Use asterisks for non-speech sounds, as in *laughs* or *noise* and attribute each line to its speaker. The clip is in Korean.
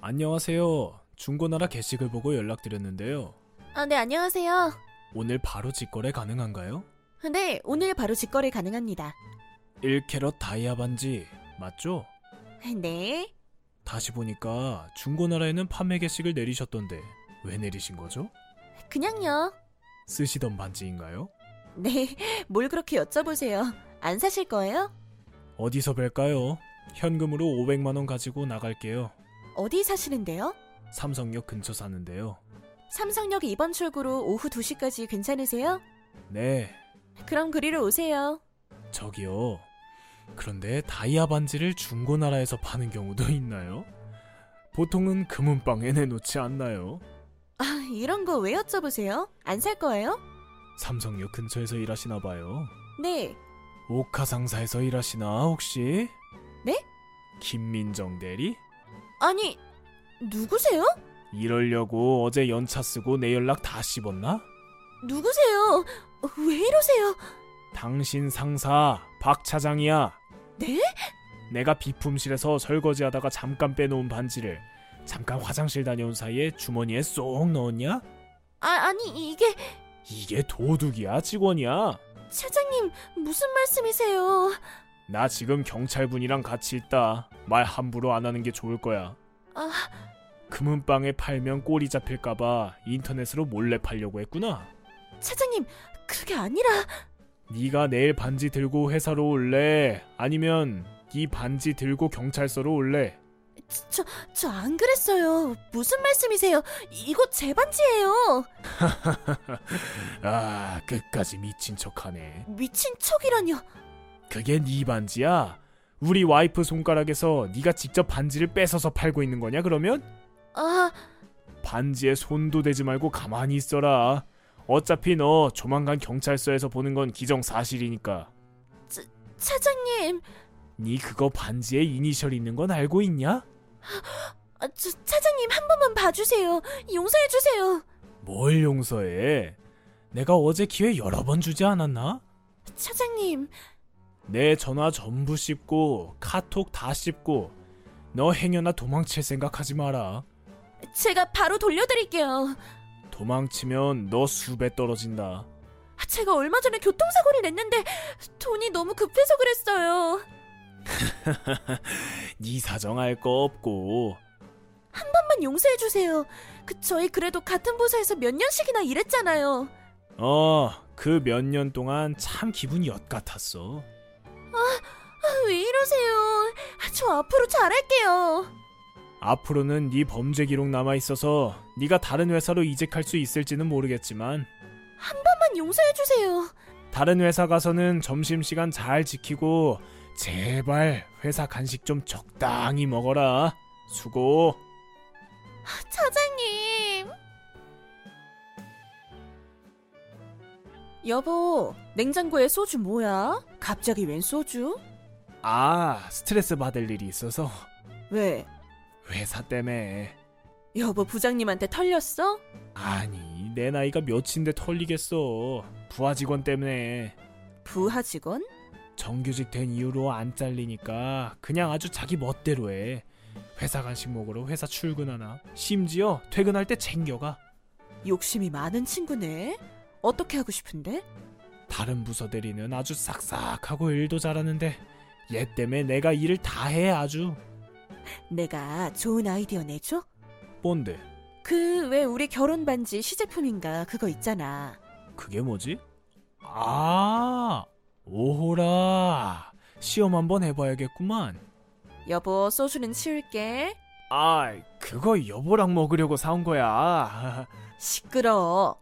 Speaker 1: 안녕하세요. 중고나라 게시글 보고 연락드렸는데요.
Speaker 2: 아, 네, 안녕하세요.
Speaker 1: 오늘 바로 직거래 가능한가요?
Speaker 2: 네, 오늘 바로 직거래 가능합니다. *laughs*
Speaker 1: 1캐럿 다이아 반지 맞죠?
Speaker 2: 네.
Speaker 1: 다시 보니까 중고나라에는 판매 게시글 내리셨던데 왜 내리신 거죠?
Speaker 2: 그냥요. *laughs*
Speaker 1: 쓰시던 반지인가요?
Speaker 2: 네, 뭘 그렇게 여쭤보세요. 안 사실 거예요?
Speaker 1: 어디서 뵐까요? 현금으로 500만 원 가지고 나갈게요.
Speaker 2: 어디 사시는데요?
Speaker 1: 삼성역 근처 사는데요.
Speaker 2: 삼성역 2번 출구로 오후 2시까지 괜찮으세요?
Speaker 1: 네,
Speaker 2: 그럼 그리로 오세요.
Speaker 1: 저기요. 그런데 다이아 반지를 중고나라에서 파는 경우도 있나요? 보통은 금은방에 내놓지 않나요?
Speaker 2: 아, 이런 거 왜 여쭤보세요? 안 살 거예요?
Speaker 1: 삼성역 근처에서 일하시나 봐요.
Speaker 2: 네.
Speaker 1: 오카 상사에서 일하시나 혹시?
Speaker 2: 네?
Speaker 1: 김민정 대리?
Speaker 2: 아니, 누구세요?
Speaker 1: 이러려고 어제 연차 쓰고 내 연락 다 씹었나?
Speaker 2: 누구세요? 왜 이러세요?
Speaker 1: 당신 상사 박 차장이야.
Speaker 2: 네?
Speaker 1: 내가 비품실에서 설거지하다가 잠깐 빼놓은 반지를 잠깐 화장실 다녀온 사이에 주머니에 쏙 넣었냐?
Speaker 2: 아, 아니, 이게
Speaker 1: 이게 도둑이야 직원이야?
Speaker 2: 차장님 무슨 말씀이세요?
Speaker 1: 나 지금 경찰분이랑 같이 있다. 말 함부로 안 하는 게 좋을 거야.
Speaker 2: 아,
Speaker 1: 금은방에 팔면 꼬리 잡힐까봐 인터넷으로 몰래 팔려고 했구나.
Speaker 2: 차장님 그게 아니라
Speaker 1: 네가 내일 반지 들고 회사로 올래? 아니면 이 반지 들고 경찰서로 올래?
Speaker 2: 저, 저 안 그랬어요. 무슨 말씀이세요? 이거 제 반지예요.
Speaker 1: 아 끝까지 미친 척하네.
Speaker 2: 미친 척이라뇨.
Speaker 1: 그게 네 반지야? 우리 와이프 손가락에서 네가 직접 반지를 뺏어서 팔고 있는 거냐 그러면?
Speaker 2: 아,
Speaker 1: 반지에 손도 대지 말고 가만히 있어라. 어차피 너 조만간 경찰서에서 보는 건 기정사실이니까.
Speaker 2: 차장님.
Speaker 1: 네 그거 반지에 이니셜 있는 건 알고 있냐?
Speaker 2: 아, 저, 차장님 한 번만 봐주세요. 용서해주세요.
Speaker 1: 뭘 용서해? 내가 어제 기회 여러 번 주지 않았나?
Speaker 2: 차장님.
Speaker 1: 내 전화 전부 씹고 카톡 다 씹고 너 행여나 도망칠 생각하지 마라.
Speaker 2: 제가 바로 돌려드릴게요.
Speaker 1: 도망치면 너 수배 떨어진다.
Speaker 2: 아, 제가 얼마 전에 교통사고를 냈는데 돈이 너무 급해서 그랬어요.
Speaker 1: 네 사정 알 거 없고
Speaker 2: 한번 용서해주세요. 그, 저희 그래도 같은 부서에서 몇 년씩이나 일했잖아요.
Speaker 1: 어 그 몇 년 동안 참 기분이 엿 같았어.
Speaker 2: 아, 왜 이러세요? 아, 저 앞으로 잘할게요.
Speaker 1: 앞으로는 네 범죄 기록 남아 있어서 네가 다른 회사로 이직할 수 있을지는 모르겠지만
Speaker 2: 한번 용서해주세요.
Speaker 1: 다른 회사 가서는 점심 시간 잘 지키고 제발 회사 간식 좀 적당히 먹어라. 수고.
Speaker 2: 차장님. 여보, 냉장고에 소주 뭐야? 갑자기 웬 소주?
Speaker 1: 아, 스트레스 받을 일이 있어서
Speaker 2: 왜?
Speaker 1: 회사 때문에.
Speaker 2: 여보 부장님한테 털렸어?
Speaker 1: 아니, 내 나이가 몇인데 털리겠어. 부하 직원 때문에.
Speaker 2: 부하 직원?
Speaker 1: 정규직 된 이후로 안 잘리니까 그냥 아주 자기 멋대로 해. 회사 간식 먹으러 회사 출근하나. 심지어 퇴근할 때 챙겨가.
Speaker 2: 욕심이 많은 친구네. 어떻게 하고 싶은데?
Speaker 1: 다른 부서 대리는 아주 싹싹하고 일도 잘하는데 얘 때문에 내가 일을 다 해 아주.
Speaker 2: 내가 좋은 아이디어 내줘?
Speaker 1: 뭔데?
Speaker 2: 그 왜 우리 결혼 반지 시제품인가 그거 있잖아.
Speaker 1: 그게 뭐지? 아, 오호라. 시험 한번 해봐야겠구만.
Speaker 2: 여보 소주는 치울게.
Speaker 1: 아, 그거 여보랑 먹으려고 사온 거야.
Speaker 2: 시끄러워.